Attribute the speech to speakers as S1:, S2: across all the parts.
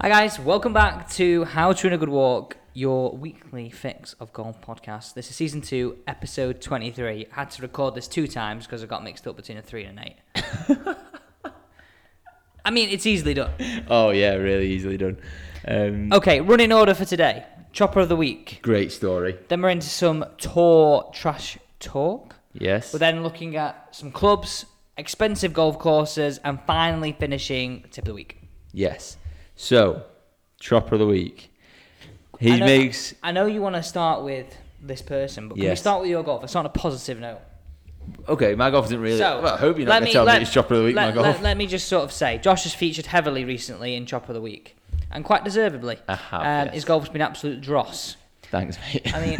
S1: Hi guys, welcome back to How to Win a Good Walk, your weekly fix of golf podcast. This is season two, episode twenty-three. I had to record this two times because I got mixed up between a three and an eight. I mean, it's easily done.
S2: Oh yeah, really easily done. Um,
S1: Okay, running order for today. Chopper of the week.
S2: Great story.
S1: Then we're into some tour trash talk.
S2: Yes.
S1: We're then looking at some clubs, expensive golf courses, and finally finishing tip of the week.
S2: yes. So, chopper of the week.
S1: I
S2: He
S1: know-
S2: makes
S1: I know you want to start with this person, but can we
S2: Yes.
S1: start with your golf? It's on a positive note.
S2: okay. My golf isn't really. well, I hope you're not
S1: let
S2: going to tell
S1: let-
S2: me it's chopper of the week.
S1: Let,
S2: my golf.
S1: Let, let me just sort of say, Josh has featured heavily recently in Chopper of the Week, and quite deservedly.
S2: I have,
S1: um,
S2: yes.
S1: His golf's been absolute dross.
S2: Thanks, mate.
S1: I mean,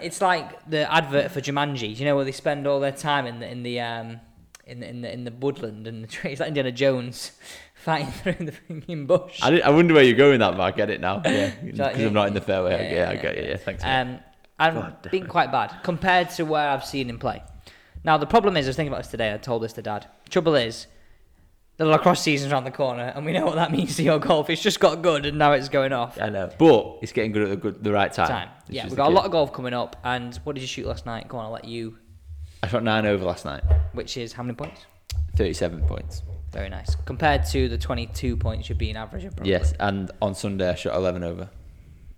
S1: it's like the advert for Jumanji. You know where they spend all their time in the in the um, in the, in the in the woodland and the trees, It's like Indiana Jones fighting through the freaking bush.
S2: I, didn't- I wonder where you're going with that, but I get it now. Yeah,
S1: like-
S2: because I'm not in the fairway. Yeah, I get it. Yeah, thanks. mate.
S1: Um, I've
S2: God damn
S1: been
S2: it.
S1: quite bad compared to where I've seen him play. Now the problem is, I was thinking about this today. I told this to Dad. Trouble is, the lacrosse season's around the corner, and we know what that means to your golf. It's just got good, and now it's going off.
S2: I know, but it's getting good at the good, the right time.
S1: Time.
S2: It's
S1: Yeah,
S2: just
S1: we've
S2: the
S1: got a
S2: key.
S1: lot of golf coming up. And what did you shoot last night? Go on, I'll let you.
S2: I shot nine over last night,
S1: Which is how many points?
S2: thirty-seven points.
S1: Very nice. Compared to the 22 points you'd be in average. Probably.
S2: Yes, and on Sunday I shot eleven over,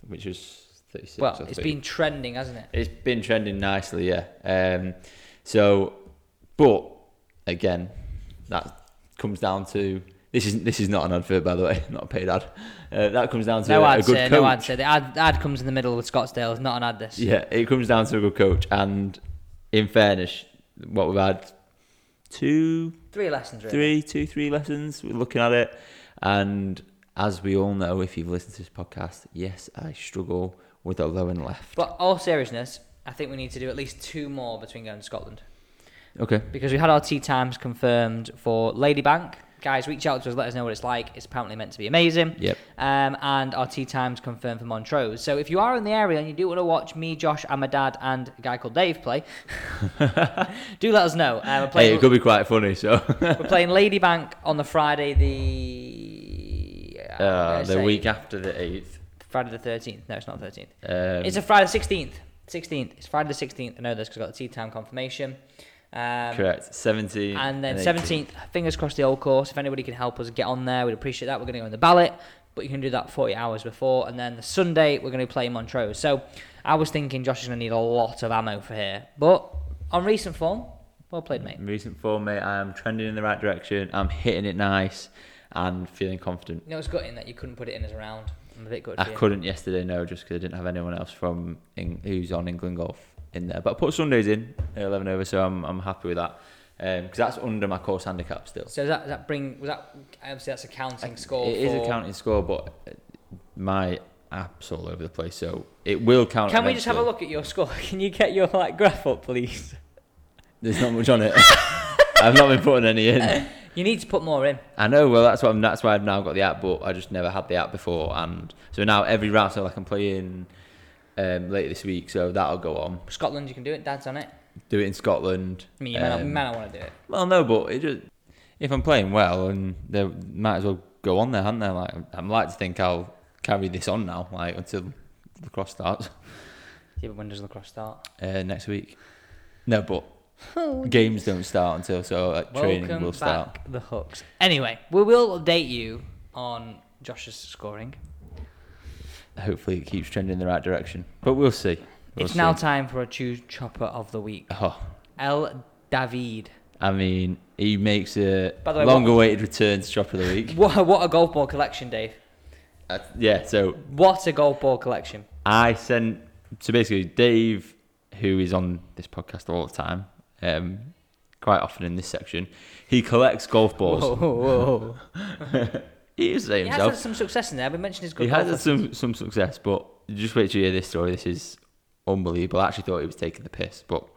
S2: which was thirty-six.
S1: Well,
S2: or
S1: it's
S2: 30.
S1: been trending, hasn't it?
S2: It's been trending nicely, yeah. Um, so, but again, that comes down to this is this is not an advert, by the way, not a paid ad. Uh, that comes down to
S1: No
S2: a,
S1: ad,
S2: a good
S1: sir.
S2: coach.
S1: No uh. ad, sir. The ad, the ad comes in the middle with Scottsdale. It's not an ad, this.
S2: Yeah, it comes down to a good coach, and in fairness, what we've had two,
S1: Three lessons, really.
S2: three, two, three lessons. We're looking at it, and as we all know, if you've listened to this podcast, yes, I struggle with a low and left.
S1: But all seriousness, I think we need to do at least two more between going to Scotland
S2: Okay.
S1: because we had our tea times confirmed for Ladybank. Guys, reach out to us, let us know what it's like. It's apparently meant to be amazing.
S2: Yep.
S1: Um, and our tea times confirmed for Montrose. So if you are in the area and you do want to watch me, Josh, and my dad, and a guy called Dave play, do let us know. Uh, we're,
S2: Hey,
S1: playing,
S2: it could be quite funny. So.
S1: we're playing Ladybank on the Friday the. I'm
S2: Uh,
S1: gonna
S2: the
S1: say
S2: week after the eighth.
S1: Friday the 13th. No, it's not 13th.
S2: Um,
S1: It's a Friday sixteenth. Sixteenth. It's Friday the sixteenth. I know this because I got the tea time confirmation. Um,
S2: correct. Seventeen.
S1: And then
S2: 18th.
S1: seventeenth. Fingers crossed the old course. If anybody can help us get on there, we'd appreciate that. We're going to go on the ballot, but you can do that forty hours before. And then the Sunday we're going to play Montrose. So I was thinking Josh is going to need a lot of ammo for here, but on recent form, well played, mate.
S2: In recent form, mate, I am trending in the right direction. I'm hitting it nice and feeling confident.
S1: You know it's gutting that you couldn't put it in as a round. I'm a bit good.
S2: I
S1: for you.
S2: couldn't yesterday, no, just because I didn't have anyone else from Eng- who's on England golf in there. But I put Sundays in at eleven over, so I'm I'm happy with that because that's under my course handicap still.
S1: So does that, does that bring was that obviously that's a counting score.
S2: It is
S1: for-
S2: a counting score, but uh, my app's all over the place, so it will count.
S1: Can we just have a
S2: eventually.
S1: look at your score? Can you get your like graph up, please?
S2: There's not much on it. I've not been putting any in.
S1: You need to put more in.
S2: I know. Well, that's what I'm, that's why I've now got the app, but I just never had the app before, and so now every round, so like I'm playing um, later this week, so that'll go on.
S1: Scotland, you can do it. Dad's on it.
S2: Do it in Scotland.
S1: I mean, you might, not,
S2: um,
S1: might not want to do it.
S2: Well, no, but it just if I'm playing well, and they might as well go on there, hadn't they? Like I'm like to think I'll carry this on now, like until the cross starts
S1: Yeah, but when does lacrosse start?
S2: uh, next week. No, but games don't start until so like, training
S1: Welcome
S2: will
S1: back,
S2: start.
S1: the hooks. Anyway, we will update you on Josh's scoring.
S2: Hopefully, it keeps trending in the right direction, but we'll see. We'll
S1: it's now
S2: see.
S1: time for a choose chopper of the week.
S2: oh.
S1: El David.
S2: I mean, he makes a
S1: By the way,
S2: long-awaited return to Chop of the Week.
S1: What, what a golf ball collection, Dave.
S2: Uh, yeah, so
S1: What a golf ball collection.
S2: I sent so basically Dave, who is on this podcast all the time, um, quite often in this section, he collects golf balls.
S1: Whoa, whoa, whoa.
S2: He is
S1: he
S2: saying
S1: has had
S2: himself.
S1: some success in there. We mentioned his
S2: He
S1: good
S2: has
S1: golf.
S2: had some some success, but just wait till you hear this story. This is unbelievable. I actually thought he was taking the piss, but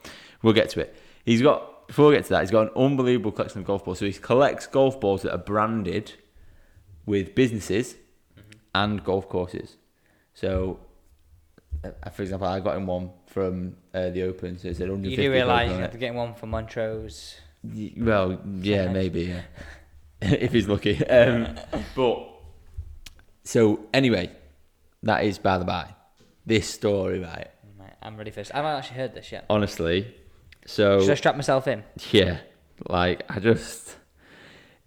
S2: we'll get to it. He's got before we get to that, he's got an unbelievable collection of golf balls. So he collects golf balls that are branded with businesses
S1: Mm-hmm.
S2: and golf courses. So, uh, for example, I got him one from uh, the Open, so it said 150.
S1: You do realise
S2: golf
S1: you're
S2: on
S1: going
S2: it.
S1: to get one for Montrose.
S2: Y- Well, yeah,
S1: Sometimes.
S2: maybe, yeah. if he's lucky. Um, but So anyway, that is by the by. This story, right?
S1: Right, I'm ready for this. I've not actually heard this yet.
S2: Honestly, so
S1: Should I strap myself in?
S2: yeah, like I just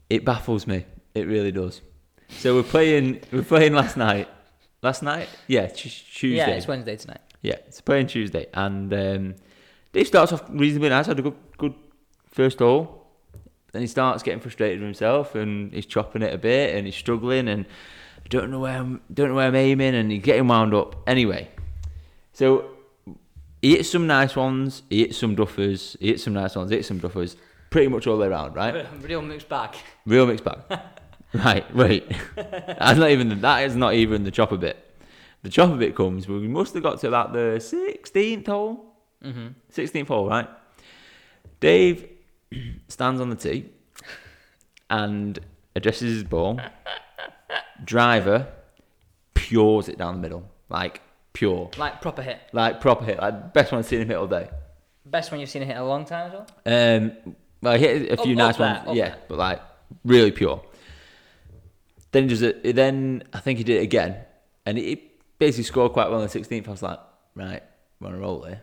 S2: it baffles me. It really does. So we're playing. we're playing last night. Last night? Yeah, t- Tuesday.
S1: Yeah, it's Wednesday tonight.
S2: Yeah, it's playing Tuesday, and um, Dave starts off reasonably nice. Had a good, good first hole. Then he starts getting frustrated with himself, and he's chopping it a bit, and he's struggling, and I don't know where I'm, don't know where I'm aiming, and he's getting wound up. Anyway, so he hits some nice ones, he hits some duffers, he hits some nice ones, he hits some duffers, pretty much all the way around, right?
S1: Real mixed bag.
S2: Real mixed bag. right, wait. That's not even the, that is not even the chopper bit. The chopper bit comes when we must have got to about the sixteenth hole. Sixteenth hole, right? Dave stands on the tee and addresses his ball. Driver pures it down the middle. Like pure.
S1: Like proper hit.
S2: Like proper hit. Like best one I've seen him hit all day.
S1: Best one you've seen a hit in a long time as well.
S2: Um, well, he hit a
S1: Up-
S2: few
S1: up
S2: nice
S1: there,
S2: ones,
S1: up
S2: yeah,
S1: there.
S2: but like really pure. Then he does it. Then I think he did it again, and he basically scored quite well on the sixteenth. I was like, right, we're on a roll here.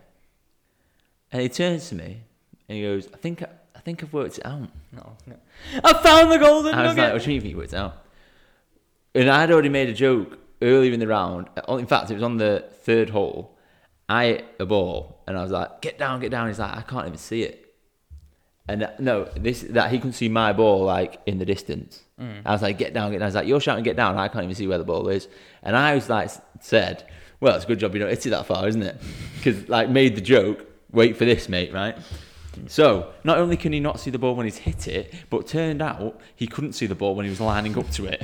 S2: And he turns to me and he goes, I think I, I think I've worked it out.
S1: No, no. I found the golden
S2: I was like,
S1: nugget.
S2: what do you mean you think you worked it out? And I'd already made a joke earlier in the round. uh, In fact, it was on the third hole. I hit a ball and I was like, get down, get down. He's like, I can't even see it. And uh, no, this that he couldn't see my ball like in the distance.
S1: Mm.
S2: I was like, get down, get down. He's like, you're shouting, get down. I can't even see where the ball is. And I was like, s- said, well, it's a good job you don't hit it that far, isn't it? Because like made the joke, wait for this, mate, right? So not only can he not see the ball when he's hit it, but turned out he couldn't see the ball when he was lining up to it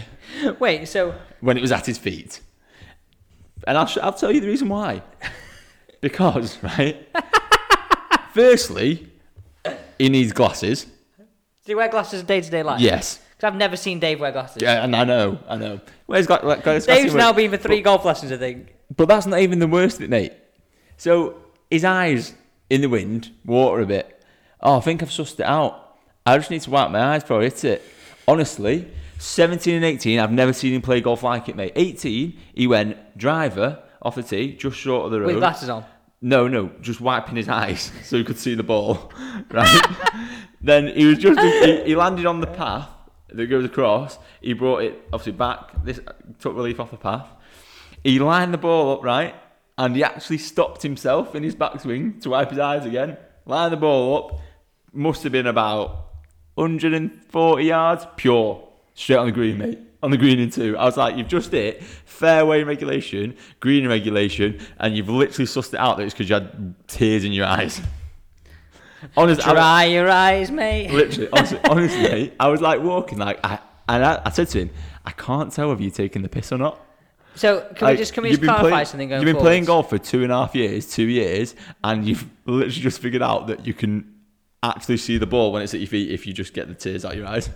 S1: Wait, so
S2: when it was at his feet. And I'll, sh- I'll tell you the reason why. Because, right? firstly, he needs glasses.
S1: do you wear glasses in day-to-day life?
S2: Yes.
S1: Because I've never seen Dave wear glasses.
S2: Yeah, and I know, I know. Where's got, like, got- it's got
S1: Dave's
S2: to-
S1: now been for three golf lessons, I think.
S2: But that's not even the worst of it, mate. So his eyes in the wind, water a bit. Oh, I think I've sussed it out. I just need to wipe my eyes before I hit it. Honestly, 17 and 18, I've never seen him play golf like it, mate. 18, he went driver off the tee, just short of the road.
S1: With glasses on.
S2: No, no, just wiping his eyes so he could see the ball. Right. then he was just he, he landed on the path that goes across. He brought it obviously back. This took relief off the path. He lined the ball up right, and he actually stopped himself in his backswing to wipe his eyes again. Lined the ball up. Must have been about 140 yards pure, straight on the green, mate. On the green in two. I was like, you've just hit fairway regulation, green regulation, and you've literally sussed it out that it's because you had tears in your eyes. Honestly, I-
S1: Dry your eyes, mate.
S2: literally, honestly, honestly, mate, I was like walking, like, I, and I, I said to him, I can't tell whether you're taking the piss or not.
S1: So can
S2: Like,
S1: we just can we just
S2: you've been
S1: clarify
S2: playing-
S1: something going
S2: You've been
S1: forwards?
S2: playing golf for two and a half years, two years, and you've literally just figured out that you can actually see the ball when it's at your feet if you just get the tears out your eyes.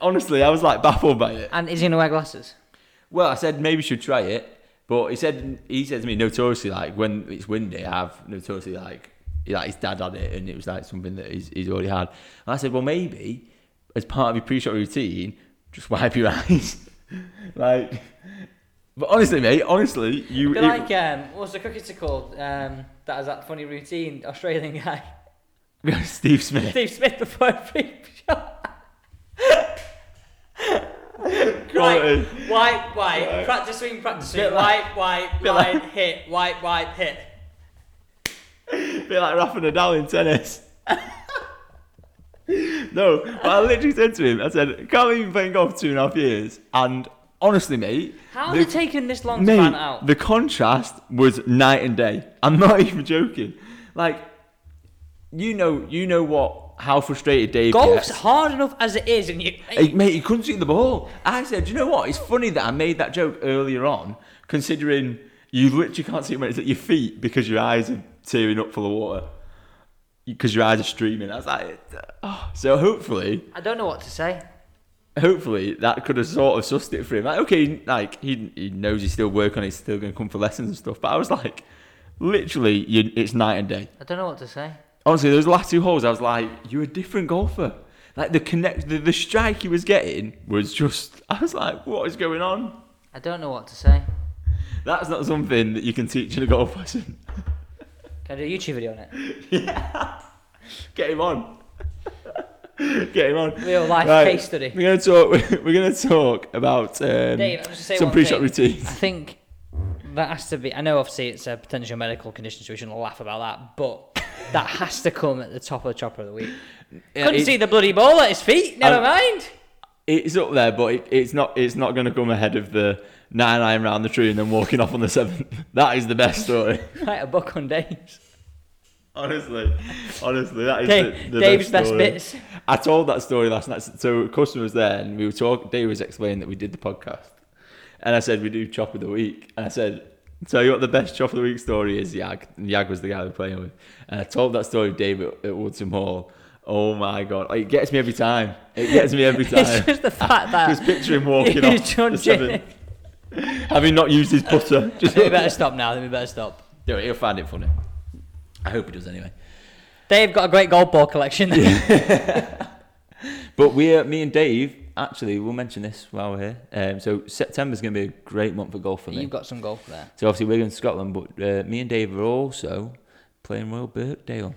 S2: Honestly, I was like baffled by it.
S1: And is he gonna wear glasses?
S2: Well, I said maybe you should try it, but he said he said to me notoriously like when it's windy, I've notoriously like he- like his dad had it and it was like something that he's, he's already had. And I said, well, maybe as part of your pre-shot routine, just wipe your eyes, like. But honestly, mate, honestly, you
S1: Be
S2: it-
S1: like um, what's the cricketer called? Um, that has that funny routine, Australian guy,
S2: Steve Smith.
S1: Steve Smith before every shot.
S2: Quality.
S1: Wipe, wipe, practice swing, practice swing,
S2: Bit like-
S1: wipe, wipe,
S2: bit like-
S1: wipe, hit, wipe, wipe, hit.
S2: Be like Rafa Nadal in tennis. no, but I literally said to him, I said, can't believe you've been playing golf for two and a half years. And honestly, mate,
S1: How
S2: the-
S1: has it taken this long to find
S2: mate,
S1: out?
S2: the contrast was night and day. I'm not even joking. Like, you know, you know what? How frustrated Dave
S1: Golf's
S2: gets.
S1: hard enough as it is, and you.
S2: Hey, mate, he couldn't see the ball. I said, you know what? It's funny that I made that joke earlier on, considering you literally can't see it when it's at your feet because your eyes are tearing up full of water. Because your eyes are streaming. I was like, oh. So hopefully,
S1: I don't know what to say.
S2: hopefully that could have sort of sussed it for him. Like, okay, like he, he knows he's still working on it, he's still going to come for lessons and stuff. But I was like, literally, you, it's night and day.
S1: I don't know what to say.
S2: Honestly, those last two holes, I was like, you're a different golfer. Like the connect, the, the strike he was getting was just. I was like, what is going on?
S1: I don't know what to say.
S2: That's not something that you can teach in a golf lesson.
S1: Can I do a YouTube video on it?
S2: Get him on. Get him on.
S1: Real life
S2: Right.
S1: case study.
S2: We're gonna talk. We're gonna talk about um,
S1: Dave, I'm just saying
S2: some
S1: one
S2: pre-shot
S1: thing.
S2: routines.
S1: I think that has to be. I know, obviously, it's a potential medical condition, so we shouldn't laugh about that. But that has to come at the top of the chopper of the week. Couldn't
S2: it's,
S1: see the bloody ball at his feet. Never
S2: Um,
S1: mind.
S2: it's up there, but it, it's not. It's not gonna come ahead of the nine iron round the tree and then walking off on the seventh. That is the best story.
S1: Write a book on Dave's.
S2: honestly, honestly, that is
S1: Okay,
S2: the, the
S1: Dave's best,
S2: best, story.
S1: bits.
S2: I told that story last night. So a customer was there, and we were talking. Dave was explaining that we did the podcast, and I said we do chop of the week, and I said. Tell you what the best chop of the week story is Yag. And Yag was the guy we were playing with. And I told that story of Dave at, at Woodson Hall. Oh my god. Like, It gets me every time. It gets me every
S1: It's
S2: time.
S1: just the fact
S2: just
S1: that
S2: picture him walking
S1: He's
S2: off
S1: John
S2: the seven. Having not used his putter. Just
S1: we better stop now. We better stop.
S2: Do it, he'll find it funny. I hope he does anyway.
S1: Dave got a great gold ball collection.
S2: But we're me and Dave actually we'll mention this while we're here. Um, so September's going to be a great month for golf for me.
S1: You've got some golf there.
S2: so obviously we're going to Scotland, but uh, me and Dave are also playing Royal Birkdale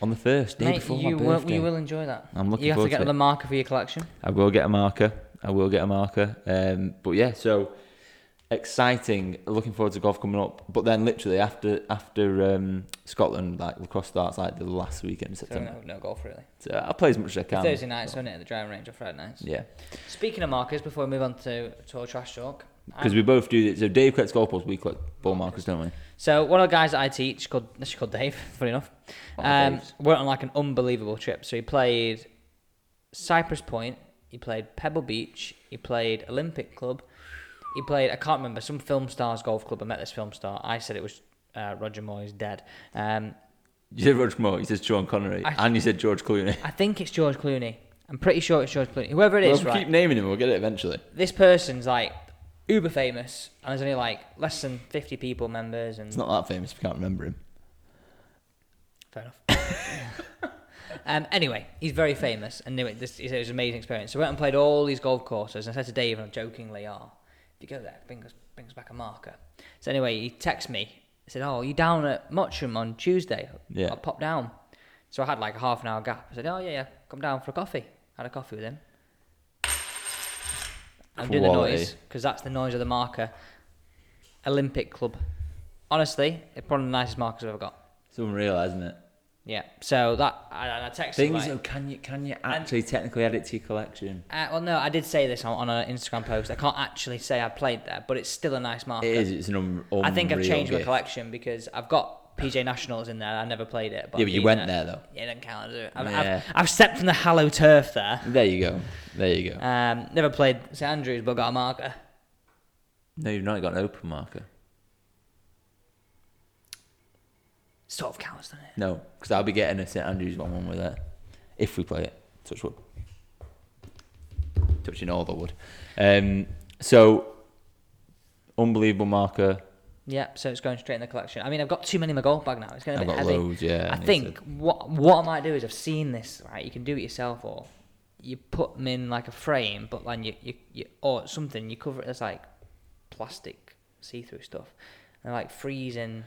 S2: on the first day
S1: Mate,
S2: before
S1: you
S2: my
S1: will,
S2: birthday.
S1: you will enjoy that.
S2: I'm looking
S1: You have to
S2: forward
S1: get
S2: to it.
S1: the marker for your collection.
S2: I will get a marker. I will get a marker. Um, but yeah, so exciting. Looking forward to golf coming up. But then literally after after um, Scotland, like lacrosse starts like the last weekend in
S1: So
S2: September.
S1: no, no golf really.
S2: So I'll play as much as I can.
S1: Thursday nights, isn't it? At the driving range or Friday nights.
S2: Yeah.
S1: Speaking of markers, before we move on to to our trash talk,
S2: Because we both do this. So Dave collects golf balls, we collect ball markers, don't we?
S1: So one of the guys that I teach called this is called Dave, funny enough.
S2: Oh,
S1: Um,
S2: Dave's.
S1: went on like an unbelievable trip. So he played Cypress Point, he played Pebble Beach, he played Olympic Club, he played I can't remember some film stars golf club. I met this film star. I said it was uh, Roger Moore's dead. Um,
S2: You said Roger Moore, you said Sean Connery,
S1: I-
S2: and you said George Clooney.
S1: I think it's George Clooney. I'm pretty sure it's George Clooney. Whoever it
S2: Well,
S1: is,
S2: if we
S1: right?
S2: keep naming him, we'll get it eventually.
S1: This person's like uber famous, and there's only like less than 50 people members, and
S2: It's not that famous if you can't remember him.
S1: Fair enough. um, anyway, he's very famous, and anyway, this is it was an amazing experience. So I went and played all these golf courses, and I said to Dave, and I jokingly, "Ah, if you go there, bring us, bring us back a marker." So anyway, he texted me, he said, "Oh, are you down at Mottram on Tuesday?
S2: Yeah.
S1: I'll pop down." So I had like a half an hour gap. I said, "Oh yeah, yeah, come down for a coffee." Had a coffee with him. I'm doing the
S2: Quality.
S1: noise because that's the noise of the marker. Olympic Club. Honestly, it's probably the nicest markers I've ever got.
S2: It's unreal, isn't it?
S1: Yeah. So that I, and I texted
S2: Things
S1: like,
S2: that can you can you actually technically add it to your collection?
S1: uh, well, no, I did say this on, on an Instagram post. I can't actually say I played there, but it's still a nice marker.
S2: It is. It's an un- unreal.
S1: I think I've changed my
S2: gift.
S1: collection because I've got PJ Nationals in there. I never played it, but
S2: Yeah,
S1: I've
S2: but you
S1: been
S2: went there though.
S1: Yeah, it doesn't count. does it? I've,
S2: Yeah.
S1: I've, I've stepped from the hallow turf there.
S2: There you go. There you go.
S1: Um, never played St Andrews, but got a marker.
S2: No, you've not got an open marker.
S1: Sort of counts, doesn't it?
S2: No, because I'll be getting a St Andrews one when we're there, if we play it. Touch wood. Touching all the wood. Um, so unbelievable marker.
S1: Yeah, so it's going straight in the collection. I mean, I've got too many in my golf bag now. It's going to
S2: I've
S1: be
S2: got
S1: heavy.
S2: loads. Yeah.
S1: I
S2: need
S1: think
S2: to-
S1: what what I might do is I've seen this right. You can do it yourself, or you put them in like a frame, but then you you, you or something you cover it as like plastic see through stuff, and like freezing.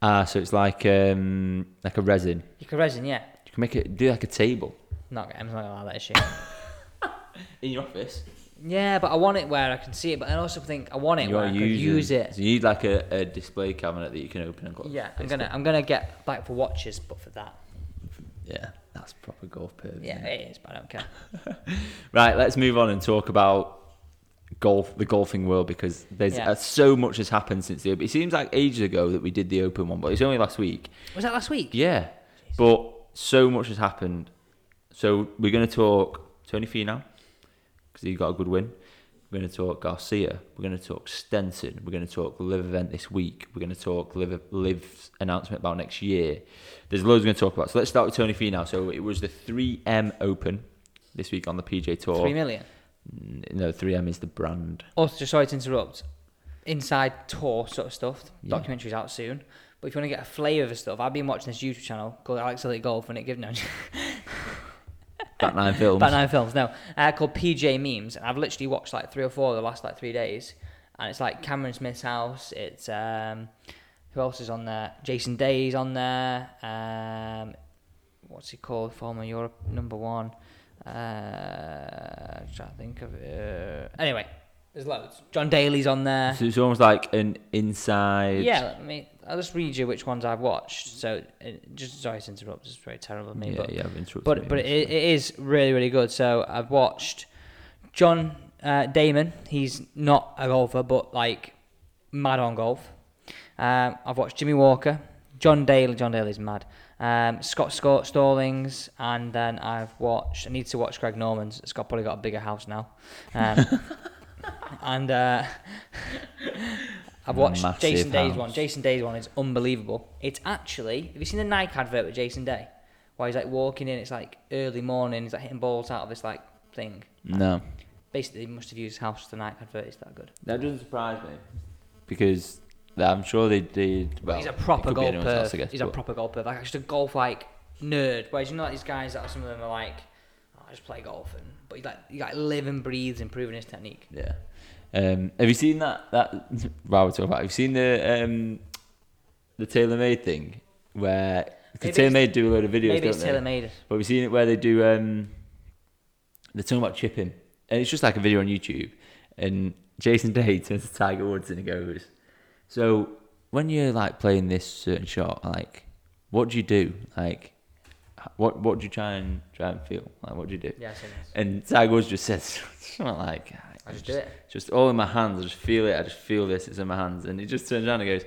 S2: Ah, so it's like um like a resin.
S1: You can resin, yeah.
S2: You can make it do like a table
S1: Not I'm not gonna allow that issue.
S2: in your office.
S1: yeah, but I want it where I can see it, but I also think I want it
S2: You
S1: where
S2: are
S1: I can
S2: using.
S1: use it.
S2: So you need like a, a display cabinet that you can open and close.
S1: Yeah, I'm
S2: basically.
S1: gonna I'm gonna get like for watches, but for that,
S2: Yeah, that's proper golf pervy.
S1: yeah,
S2: isn't it?
S1: it is. But I don't care.
S2: Right, let's move on and talk about golf, the golfing world, because there's
S1: Yeah.
S2: uh, so much has happened since the. It seems like ages ago that we did the open one, but it's only last week.
S1: Was that last week?
S2: Yeah, but so much has happened. So we're going to talk Tony Finau because he got a good win. We're going to talk Garcia. We're going to talk Stenson. We're going to talk Live event this week. We're going to talk Live Live's announcement about next year. There's loads we're going to talk about. So let's start with Tony Finau. So it was the 3M Open this week on the PJ Tour.
S1: Three million.
S2: Mm, No, 3M is the brand.
S1: Also, just sorry to interrupt. Inside tour sort of stuff.
S2: Yeah.
S1: Documentary's out soon. But if you want to get a flavour of the stuff, I've been watching this YouTube channel called Alex Elite Golf, and it gives no
S2: Bat Nine Films.
S1: about nine films. No, uh, called PJ Memes, and I've literally watched like three or four of the last like three days, and it's like Cameron Smith's house. It's um, who else is on there? Jason Day's on there. Um, what's he called? Former Europe number one. Uh, trying to think of it. Anyway, there's loads. John Daly's on there.
S2: So it's almost like an inside.
S1: Yeah, let me. I'll just read you which ones I've watched. So, it, just sorry to interrupt. It's very terrible of me,
S2: Yeah,
S1: but
S2: yeah, I've interrupted.
S1: but
S2: you,
S1: but it,
S2: yes.
S1: it is really really good. So I've watched John uh, Damon. He's not a golfer, but like mad on golf. Um, I've watched Jimmy Walker, John Daly. John Daly's mad. Um, Scott Scott Stallings, and then I've watched. I need to watch Greg Norman's. Scott probably got a bigger house now. Um, and uh, I've watched
S2: Massive
S1: Jason Day's one.
S2: house.
S1: Jason Day's one is unbelievable. It's actually have you seen the Nike advert with Jason Day? Where he's like walking in, it's like early morning, he's like hitting balls out of this like thing.
S2: no,
S1: Basically, he must have used his house for the Nike advert. It's that good.
S2: that doesn't surprise me because I'm sure they did. Well,
S1: he's a
S2: it
S1: proper
S2: could be
S1: golf
S2: anyone else, I
S1: perv.
S2: guess,
S1: He's a
S2: but-
S1: proper golf perv. Like just a golf like nerd. Whereas you know like these guys that are, some of them are like, "Oh, I just play golf, and but he like he like live and breathes improving his technique.
S2: Yeah. Um, have you seen that? That while we're talking about, it, have you seen the um, the TaylorMade thing where because
S1: Maybe
S2: TaylorMade do a load of videos,
S1: Maybe
S2: don't
S1: it's
S2: they?
S1: tailor made.
S2: But we've seen it where they do um they're talking about chipping. And it's just like a video on YouTube. And Jason Day turns to Tiger Woods and he goes, So when you're like playing this certain shot, like what do you do? Like h- what what do you try and try and feel? Like what do you do?
S1: Yeah, I've seen this.
S2: And Tiger Woods just says something like
S1: I just did it.
S2: just all in my hands. I just feel it. I just feel this. It's in my hands. And he just turns around and goes,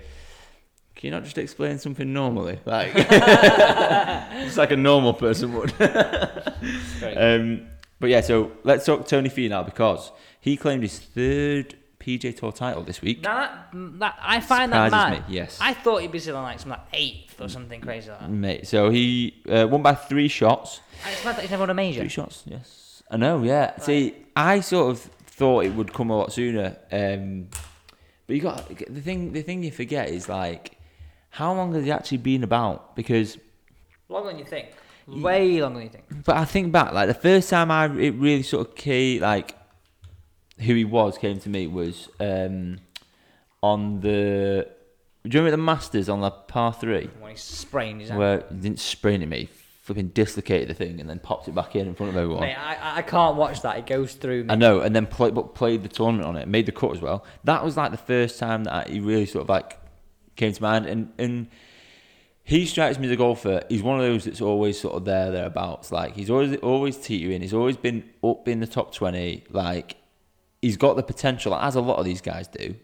S2: "Can you not just explain something normally, like just like a normal person would?"
S1: Very good.
S2: Um, but yeah, so let's talk Tony Fee now because he claimed his third PJ Tour title this week.
S1: Now that, mm, that I find that mad.
S2: Surprises me, yes.
S1: I thought he'd be sitting on like some like eighth or something crazy like that. And
S2: Mate, so he uh, won by three shots.
S1: it's mad that he's never won a major.
S2: Three shots, yes. I know, yeah. See, I sort of thought it would come a lot sooner. Um, but you got the thing. The thing you forget is like, how long has he actually been about? Because,
S1: Longer than you think. Way longer than you think.
S2: but I think back, like the first time I it really sort of key like who he was came to me was um, on the. Do you remember the Masters on the par three?
S1: When he sprained his ankle.
S2: Where he didn't sprain it, mate. He flipping dislocated the thing and then popped it back in in front of everyone.
S1: Mate, I, I- I can't watch that. It goes through me.
S2: I know, and then play, but played the tournament on it, made the cut as well. That was like the first time that he really sort of like came to mind, and and he strikes me as a golfer. He's one of those that's always sort of there thereabouts. Like he's always always teetering. He's always been up in the top twenty. Like he's got the potential, as a lot of these guys do,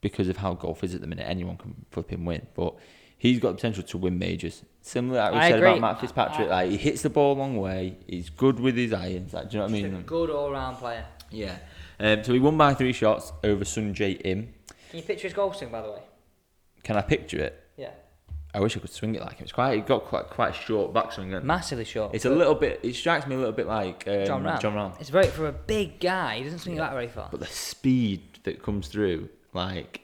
S2: because of how golf is at the minute. Anyone can flip and win, but. He's got the potential to win majors. Similar like we
S1: I
S2: said
S1: agree.
S2: about Matt Fitzpatrick, like he hits the ball a long way. He's good with his irons. Like, do you know what I
S1: Just
S2: mean?
S1: a good all round player.
S2: Yeah. Um, so he won by three shots over Sunjay Im.
S1: Can you picture his golf swing, by the way?
S2: Can I picture it?
S1: Yeah.
S2: I wish I could swing it like him. It's quite. It got quite quite a short backswing. Then.
S1: Massively short.
S2: It's a little bit. It strikes me a little bit like um,
S1: John Ram.
S2: John Rahm.
S1: It's very for a big guy. He doesn't swing that very far.
S2: But the speed that comes through, like,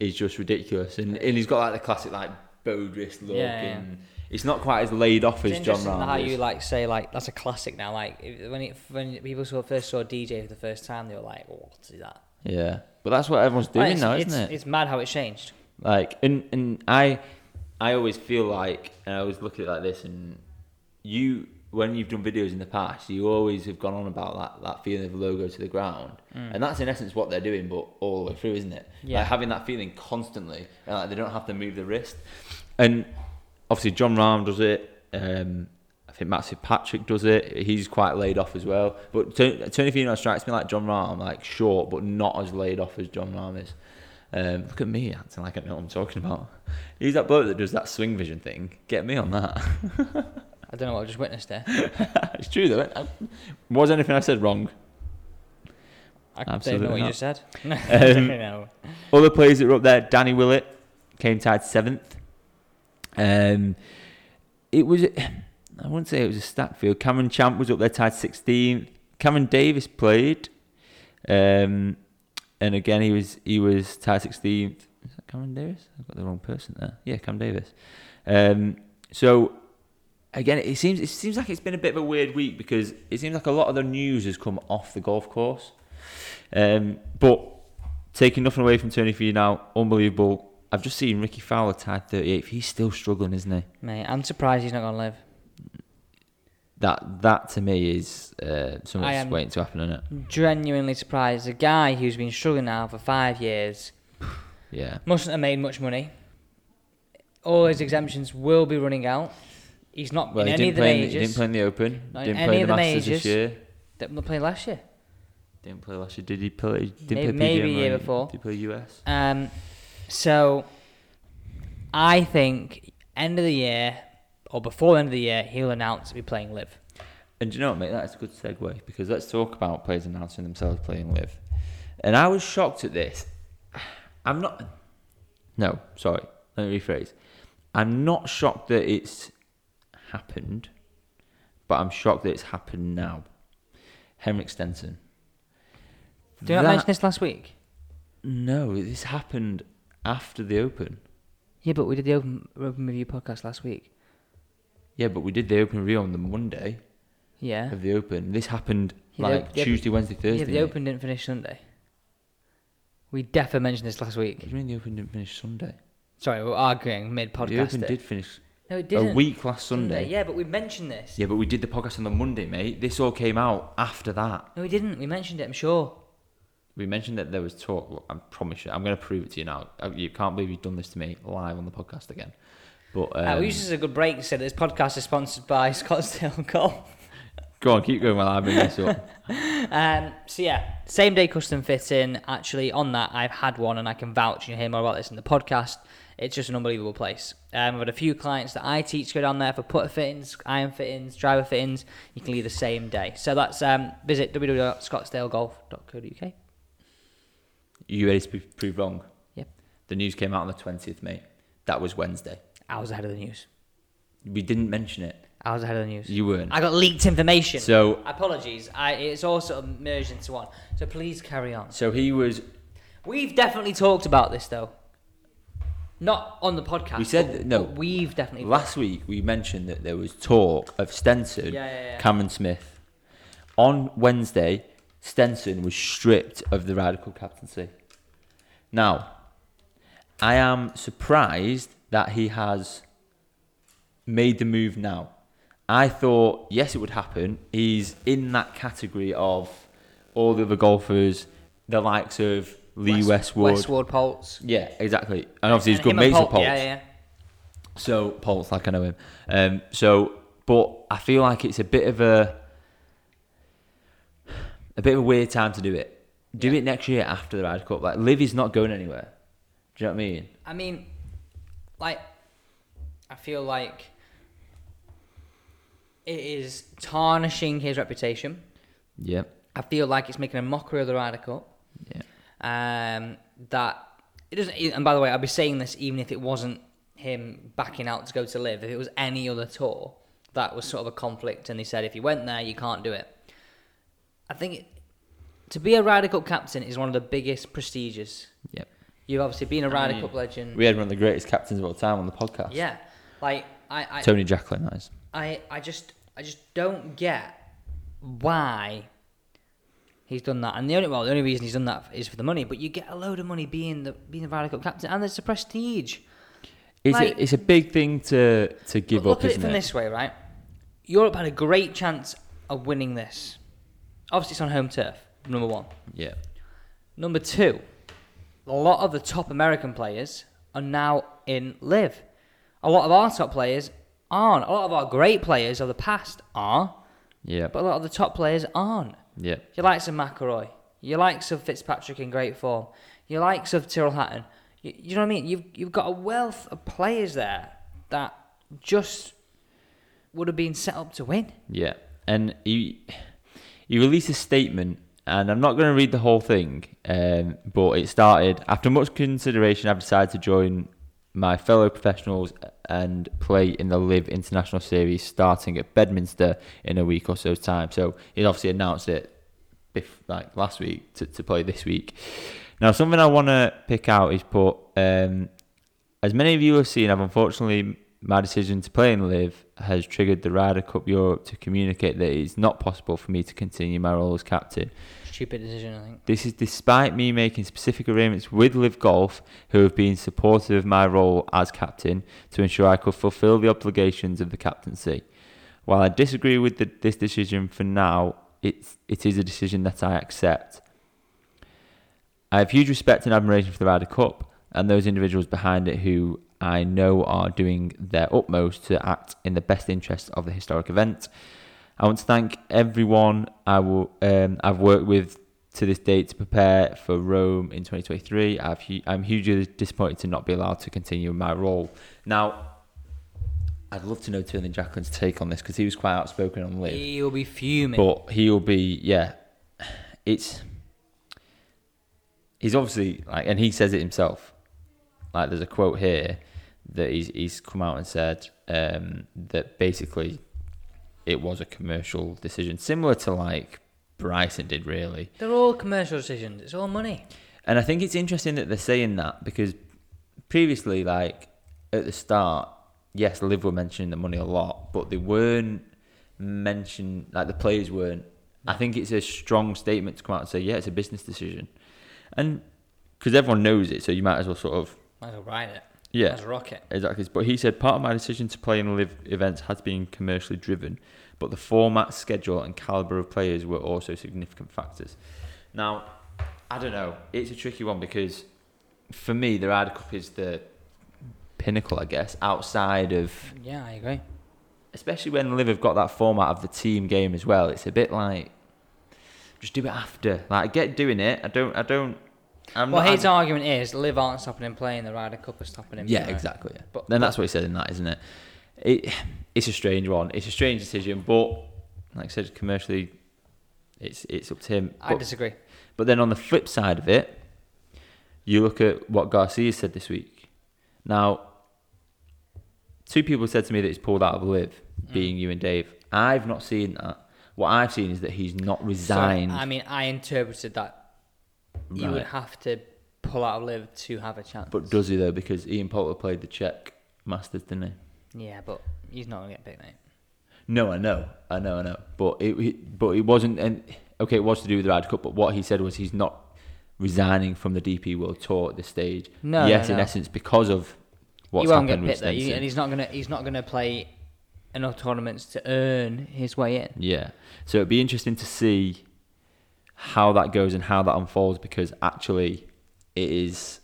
S2: is just ridiculous. And and he's got like the classic like bowed wrist look.
S1: Yeah, yeah.
S2: And it's not quite as laid off
S1: It's
S2: as John
S1: interesting how
S2: Rahm.
S1: you
S2: is.
S1: like say like that's a classic now. Like if- when it, when people saw, first saw DJ for the first time, they were like, "What is that?"
S2: yeah. But that's what everyone's doing
S1: Like, it's,
S2: now,
S1: it's,
S2: isn't it?
S1: It's mad how it's changed.
S2: Like, and and I, I always feel like, and I always look at it like this. And you, when you've done videos in the past, you always have gone on about that that feeling of logo to the ground, and that's in essence what they're doing, but all the way through, isn't it?
S1: Yeah.
S2: Like having that feeling constantly, and like they don't have to move the wrist. And obviously, John Rahm does it. Um, I think Matt Patrick does it. He's quite laid off as well. But Tony Tony Finau strikes me like John Rahm, like short, but not as laid off as John Rahm is. Um, look at me acting like I know what I'm talking about. He's that bloke that does that swing vision thing. Get me on that.
S1: I don't know what I just witnessed there.
S2: it's true though. isn't it? Was anything I said wrong?
S1: I don't
S2: Absolutely
S1: know what you
S2: not.
S1: just said. no.
S2: Other players that were up there, Danny Willett came tied seventh. Um, it was, I wouldn't say it was a stacked field. Cameron Champ was up there tied 16th. Cameron Davis played, um, and again he was he was tied 16th. Is that Cameron Davis? I've got the wrong person there. Yeah, Cam Davis. Um, so again, it seems it seems like it's been a bit of a weird week because it seems like a lot of the news has come off the golf course. Um, but Taking nothing away from Tony Fee now, unbelievable. I've just seen Ricky Fowler tied 38th. He's still struggling, isn't he?
S1: Mate, I'm surprised he's not going to live.
S2: That that to me is uh, something
S1: I
S2: that's
S1: am-
S2: waiting to happen, isn't it?
S1: Genuinely surprised. A guy who's been struggling now for five years
S2: Yeah.
S1: mustn't have made much money. All his exemptions will be running out. He's not
S2: Well,
S1: in
S2: he
S1: any of
S2: didn't,
S1: the
S2: play in, he
S1: majors
S2: didn't play in the Open.
S1: Not in
S2: Didn't
S1: any
S2: play
S1: of
S2: in the
S1: the
S2: Masters
S1: majors.
S2: this year.
S1: that we played last year.
S2: Didn't play last year. Did he play? Did
S1: May-
S2: play
S1: maybe
S2: PGM,
S1: year
S2: right?
S1: before.
S2: Did he play US?
S1: Um, so I think end of the year or before the end of the year he'll announce he'll be playing live.
S2: And do you know what, mate? That's a good segue because let's talk about players announcing themselves playing live. And I was shocked at this. I'm not. No, sorry. Let me rephrase. I'm not shocked that it's happened, but I'm shocked that it's happened now. Henrik Stenson.
S1: Did I
S2: That-
S1: not mention this last week?
S2: No, this happened after the Open.
S1: Yeah, but we did the open, open review podcast last week.
S2: Yeah, but we did the Open review on the Monday
S1: Yeah.
S2: of the Open. This happened
S1: Yeah, the
S2: like
S1: Op- yeah, but-
S2: Tuesday, Wednesday, Thursday.
S1: yeah, the
S2: mate.
S1: open didn't finish Sunday. We definitely mentioned this last
S2: What do
S1: week.
S2: you mean the Open didn't finish Sunday?
S1: Sorry, we we're arguing mid
S2: The Open
S1: podcast.
S2: did finish
S1: No, it didn't.
S2: a week last
S1: didn't it?
S2: Sunday.
S1: Yeah, but we mentioned this.
S2: Yeah, but we did the podcast on the Monday, mate. This all came out after that.
S1: No, we didn't. We mentioned it. I'm sure.
S2: We mentioned that there was talk. Look, I promise you, I'm going to prove it to you now. Uh, You can't believe you've done this to me live on the podcast again. But um,
S1: Uh, we used this as a good break. to Say that this podcast is sponsored by Scottsdale Golf.
S2: go on, keep going while I bring this up.
S1: Um, so yeah, same day custom fitting. Actually, on that, I've had one, and I can vouch. You'll hear more about this in the podcast. It's just an unbelievable place. Um, I've had a few clients that I teach go down there for putter fittings, iron fittings, driver fittings. You can leave the same day. So that's um, visit www.scottsdalegolf.co.uk.
S2: You ready to be proved wrong?
S1: Yep.
S2: The news came out on the 20th, mate. That was Wednesday.
S1: Hours ahead of the news.
S2: We didn't mention it.
S1: Hours ahead of the news.
S2: You weren't.
S1: I got leaked information.
S2: So,
S1: Apologies. I, it's all sort of merged into one. So please carry on.
S2: so he was.
S1: We've definitely talked about this though. Not on the podcast.
S2: We said
S1: but-
S2: that- no.
S1: but We've definitely.
S2: Last week we mentioned that there was talk of Stenson,
S1: Yeah, yeah, yeah.
S2: Cameron Smith. On Wednesday, Stenson was stripped of the Ryder Cup captaincy. Now, I am surprised that he has made the move now. I thought, yes, it would happen. He's in that category of all the other golfers, the likes of Lee Westwood.
S1: Westwood Polts.
S2: Yeah, exactly. And obviously, he's
S1: And
S2: good
S1: him and
S2: mates with
S1: Polt-
S2: Poles.
S1: Yeah, yeah.
S2: So Paul's like I know him. Um, so, but I feel like it's a bit of a a bit of a weird time to do it. Do it next year after the Ryder Cup. Like Liv is not going anywhere. Do you know what I mean?
S1: I mean, like, I feel like it is tarnishing his reputation.
S2: Yeah.
S1: I feel like it's making a mockery of the Ryder Cup.
S2: Yeah.
S1: Um, that it doesn't. e-, And by the way, I'd be saying this even if it wasn't him backing out to go to live. If it was any other tour, that was sort of a conflict, and they said if you went there, you can't do it. I think it, to be a Ryder Cup captain is one of the biggest prestiges.
S2: Yep.
S1: You've obviously been a Ryder
S2: mean,
S1: Cup legend.
S2: We had one of the greatest captains of all time on the podcast.
S1: yeah, like I, I,
S2: Tony Jacklin, that is.
S1: I, I just I just don't get why he's done that. And the only well, the only reason he's done that is for the money. But you get a load of money being the being the Ryder Cup captain, and there's the prestige.
S2: It's,
S1: Like-
S2: a, it's a big thing to to give
S1: But
S2: up,
S1: look at it
S2: isn't
S1: from
S2: it?
S1: this way, right? Europe had a great chance of winning this. Obviously, it's on home turf. Number one.
S2: Yeah.
S1: Number two, a lot of the top American players are now in live. A lot of our top players aren't. A lot of our great players of the past are,
S2: Yeah.
S1: but a lot of the top players aren't.
S2: yeah.
S1: Your likes of McElroy, your likes of Fitzpatrick in great form, your likes of Tyrrell Hatton. You, you know what I mean? You've you've got a wealth of players there that just would have been set up to win.
S2: Yeah, and he he released a statement, and I'm not going to read the whole thing, um, but it started after much consideration. I've decided to join my fellow professionals and play in the Live International Series starting at Bedminster in a week or so's time. So he obviously announced it bef- like last week to, to play this week. Now, something I want to pick out is put um, as many of you have seen, I've unfortunately My decision to play and live has triggered the Ryder Cup Europe to communicate that it is not possible for me to continue my role as captain.
S1: Stupid decision, I think.
S2: This is despite me making specific arrangements with Live Golf, who have been supportive of my role as captain, to ensure I could fulfil the obligations of the captaincy. While I disagree with the, this decision for now, it's, it is a decision that I accept. I have huge respect and admiration for the Ryder Cup and those individuals behind it who I know are doing their utmost to act in the best interest of the historic event. I want to thank everyone I will, um, I've worked with to this date to prepare for Rome in 2023. I've, hu- I'm hugely disappointed to not be allowed to continue my role. Now, I'd love to know Tony Jacqueline's take on this because he was quite outspoken on Liv.
S1: He will be fuming.
S2: But he will be, yeah. It's he's obviously like, and he says it himself. Like, there's a quote here that he's he's come out and said um, that basically it was a commercial decision, similar to like Bryson did, really.
S1: They're all commercial decisions. It's all money.
S2: And I think it's interesting that they're saying that because previously, like at the start, yes, Liv were mentioning the money a lot, but they weren't mentioned, like the players weren't. I think it's a strong statement to come out and say, yeah, it's a business decision. And because everyone knows it, so you might as well sort of,
S1: Might as well ride it.
S2: yeah.
S1: Might as well rock it.
S2: Exactly. But he said part of my decision to play in live events has been commercially driven, but the format, schedule, and caliber of players were also significant factors. Now, I don't know. It's a tricky one because for me, the Ryder Cup is the pinnacle, I guess, outside of
S1: Yeah, I agree.
S2: especially when Liv have got that format of the team game as well. It's a bit like just do it after. Like I get doing it. I don't. I don't. I'm
S1: well,
S2: not-
S1: his
S2: I'm-
S1: argument is Liv aren't stopping him playing, the Ryder Cup are stopping him.
S2: Yeah,
S1: playing.
S2: exactly. Yeah.
S1: But-
S2: But then that's what he said in that, isn't it? It it's a strange one. It's a strange decision, but like I said, commercially, it's it's up to him.
S1: I
S2: But,
S1: disagree.
S2: but then on the flip side of it, you look at what Garcia said this week. Now, two people said to me that he's pulled out of Live,
S1: Mm.
S2: being you and Dave. I've not seen that. What I've seen is that he's not
S1: So,
S2: resigned.
S1: I mean, I interpreted that you would
S2: Right.
S1: have to pull out of Liv to have a chance.
S2: but does he though? Because Ian Poulter played the Czech Masters, didn't he?
S1: yeah, but he's not gonna get picked, mate.
S2: No, I know, I know, I know. But it, it- but it wasn't. And okay, it was to do with the Ryder Cup. But what he said was he's not resigning from the DP World Tour at this stage.
S1: No,
S2: Yes,
S1: no,
S2: in
S1: no.
S2: essence, because of what's
S1: he won't get
S2: happened
S1: picked
S2: with
S1: though, you-
S2: Stenson.
S1: and he's not gonna he's not gonna play enough tournaments to earn his way in.
S2: Yeah. So it'd be interesting to see how that goes and how that unfolds because actually it is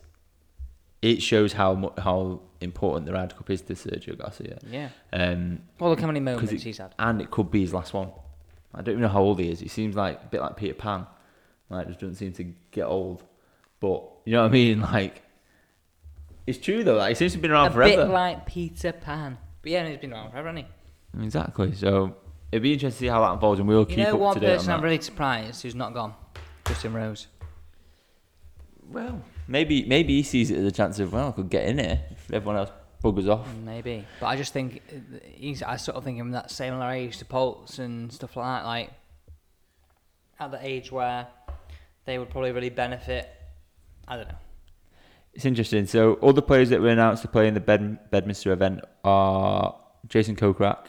S2: it shows how mu- how important the Ryder Cup is to Sergio Garcia.
S1: Yeah.
S2: Um,
S1: Well, look how many moments
S2: 'Cause it-
S1: he's had.
S2: and it could be his last one. I don't even know how old he is. He seems like a bit like Peter Pan, like just doesn't seem to get old. But you know what I mean? Like, it's true though. Like, he seems to have been around
S1: a
S2: forever.
S1: bit like Peter Pan. But yeah, he's been around forever, hasn't he?
S2: exactly. So it'd be interesting to see how that unfolds, and we'll keep
S1: you know
S2: up
S1: one
S2: to date on
S1: person
S2: that.
S1: I'm really surprised who's not gone? Justin Rose.
S2: well, maybe maybe he sees it as a chance of well, I could get in here if everyone else buggers off.
S1: Maybe, but I just think uh, he's. I sort of think him that similar age to Poltz and stuff like that. Like at the age where they would probably really benefit. I don't know.
S2: It's interesting. So all the players that were announced to play in the Bed- Bedminster event are Jason Kokrak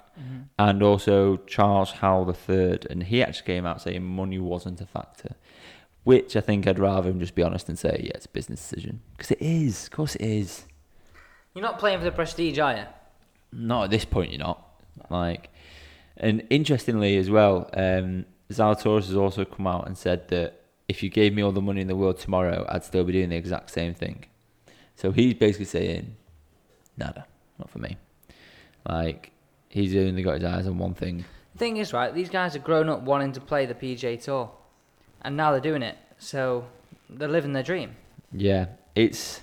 S2: and also Charles Howell III. And he actually came out saying money wasn't a factor, which I think I'd rather him just be honest and say, yeah, it's a business decision. Because it is. Of course it is.
S1: You're not playing for the prestige, are you?
S2: Not at this point, you're not. Like, and interestingly as well, um, Zalatoris has also come out and said that if you gave me all the money in the world tomorrow, I'd still be doing the exact same thing. So he's basically saying, nada, not for me. Like, he's only got his eyes on one thing.
S1: The thing is, right? These guys are grown up wanting to play the PJ Tour, and now they're doing it. So they're living their dream.
S2: Yeah, it's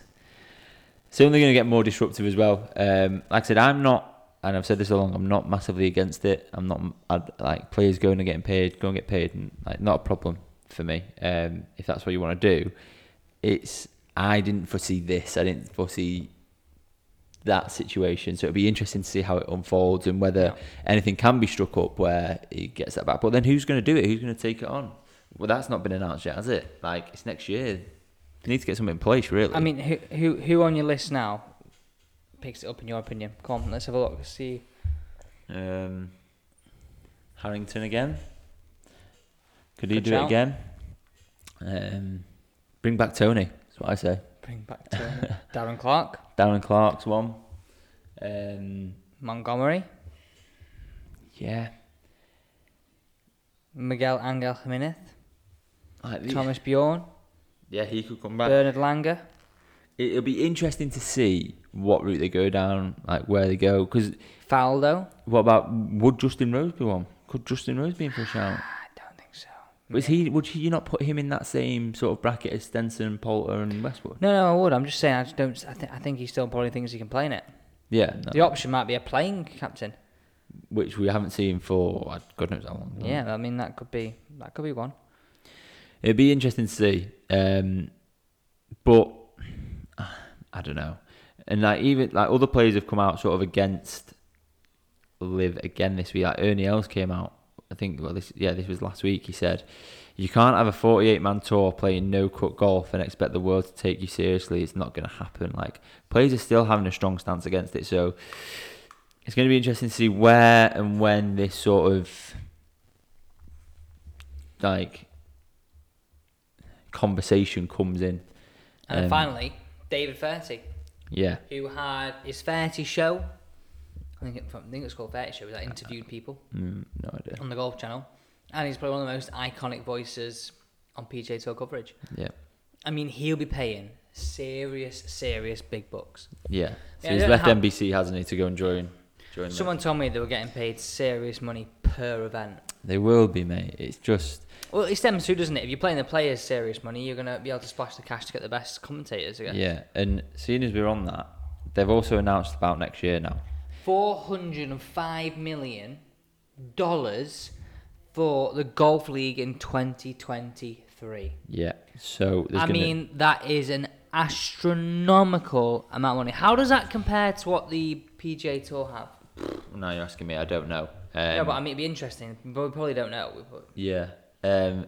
S2: it's only going to get more disruptive as well. Um, like I said, I'm not, and I've said this all along. I'm not massively against it. I'm not I'd, like players going and getting paid, go and get paid, and like not a problem for me. Um, if that's what you want to do, it's I didn't foresee this. I didn't foresee that situation. So it'd be interesting to see how it unfolds and whether
S1: Yeah.
S2: anything can be struck up where he gets that back. But then who's going to do it? Who's going to take it on? Well, that's not been announced yet, has it? Like it's next year. They need to get something in place, really.
S1: I mean, who who who on your list now? picks it up in your opinion? Come on, let's have a look. See.
S2: Um, Harrington again. Could he
S1: Good
S2: do
S1: shout.
S2: it again? Um, bring back Tony. That's what I say.
S1: Bring back to Darren Clark,
S2: Darren Clark's one. Um,
S1: Montgomery,
S2: yeah.
S1: Miguel Angel Jimenez,
S2: Like the-
S1: Thomas Bjorn,
S2: Yeah, he could come back. Uh,
S1: Bernard Langer.
S2: It'll be interesting to see what route they go down, like where they go. Because
S1: Faldo.
S2: what about would Justin Rose be one? Could Justin Rose be in for a shout?
S1: Ah, I don't think so.
S2: Was he? Would you not put him in that same sort of bracket as Stenson, Poulter, and Westwood?
S1: No, no, I would. I'm just saying. I just don't. I, th- I think he still probably thinks he can play in it.
S2: Yeah, no.
S1: The option might be a playing captain.
S2: which we haven't seen for uh, God knows how long.
S1: Yeah, I mean that could be that could be one.
S2: it'd be interesting to see. Um, but I don't know. And like even like other players have come out sort of against Live again this week. Like Ernie Els came out. I think well this yeah this was last week. He said you can't have a 48 man tour playing no cut golf and expect the world to take you seriously. It's not going to happen. Like players are still having a strong stance against it. So it's going to be interesting to see where and when this sort of like conversation comes in.
S1: And then
S2: Um,
S1: finally, David Ferty,
S2: Yeah.
S1: who had his Ferty show. I think it, I think it was called Ferty Show. That interviewed people
S2: Mm, no idea.
S1: on the Golf Channel, and he's probably one of the most iconic voices on PJ Tour coverage.
S2: Yeah.
S1: I mean, he'll be paying serious, serious big bucks.
S2: Yeah. So
S1: Yeah, I
S2: he's
S1: don't
S2: left
S1: have-
S2: NBC, hasn't he, to go and join? join them.
S1: Someone told me they were getting paid serious money per event.
S2: They will be, mate. It's just.
S1: Well, it stems too, doesn't it? If you're playing the players serious money, you're gonna be able to splash the cash to get the best commentators
S2: Yeah.
S1: again.
S2: And seeing as we're on that, they've also announced about next year now.
S1: Four hundred and five million dollars for the golf league in 2023.
S2: Yeah. So there's
S1: I
S2: gonna,
S1: mean, that is an astronomical amount of money. How does that compare to what the PGA Tour have?
S2: Now Oh, you're asking me. I don't know. Um,
S1: no, but I mean, it'd be interesting. But we probably don't know. We probably-
S2: Yeah. Um,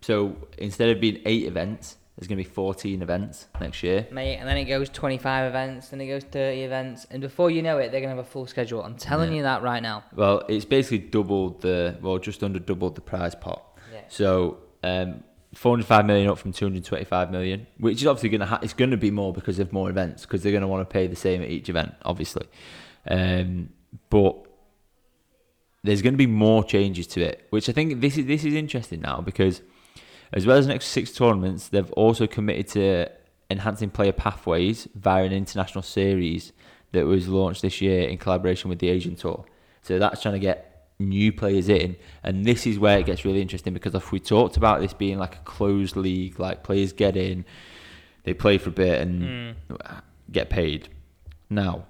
S2: so instead of being eight events, there's going to be 14 events next year.
S1: Mate, and then it goes 25 events, then it goes 30 events, and before you know it, they're gonna have a full schedule. I'm telling
S2: Yeah.
S1: you that right now.
S2: Well, it's basically doubled the, well, just under doubled the prize pot.
S1: Yeah.
S2: So um, 405 million up from 225 million, which is obviously going to ha- it's going to be more because of more events because they're going to want to pay the same at each event, obviously. Um, but there's going to be more changes to it, which I think this is this is interesting now because as well as the next six tournaments, they've also committed to enhancing player pathways via an international series that was launched this year in collaboration with the Asian Tour. So that's trying to get new players in, and this is where it gets really interesting because if we talked about this being like a closed league, like players get in, they play for a bit and get paid. Now,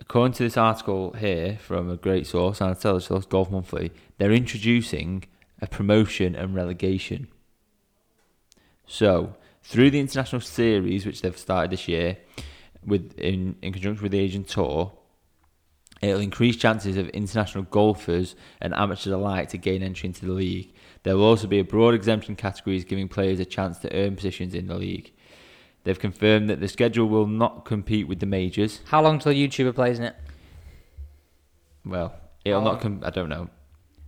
S2: according to this article here from a great source, and I tell this source, Golf Monthly, they're introducing a promotion and relegation. So, through the international series, which they've started this year, with in, in conjunction with the Asian Tour, it'll increase chances of international golfers and amateurs alike to gain entry into the league. There will also be a broad exemption categories giving players a chance to earn positions in the league. They've confirmed that the schedule will not compete with the majors.
S1: How long till a YouTuber plays in it?
S2: Well, it'll
S1: How
S2: not
S1: long?
S2: come. I don't know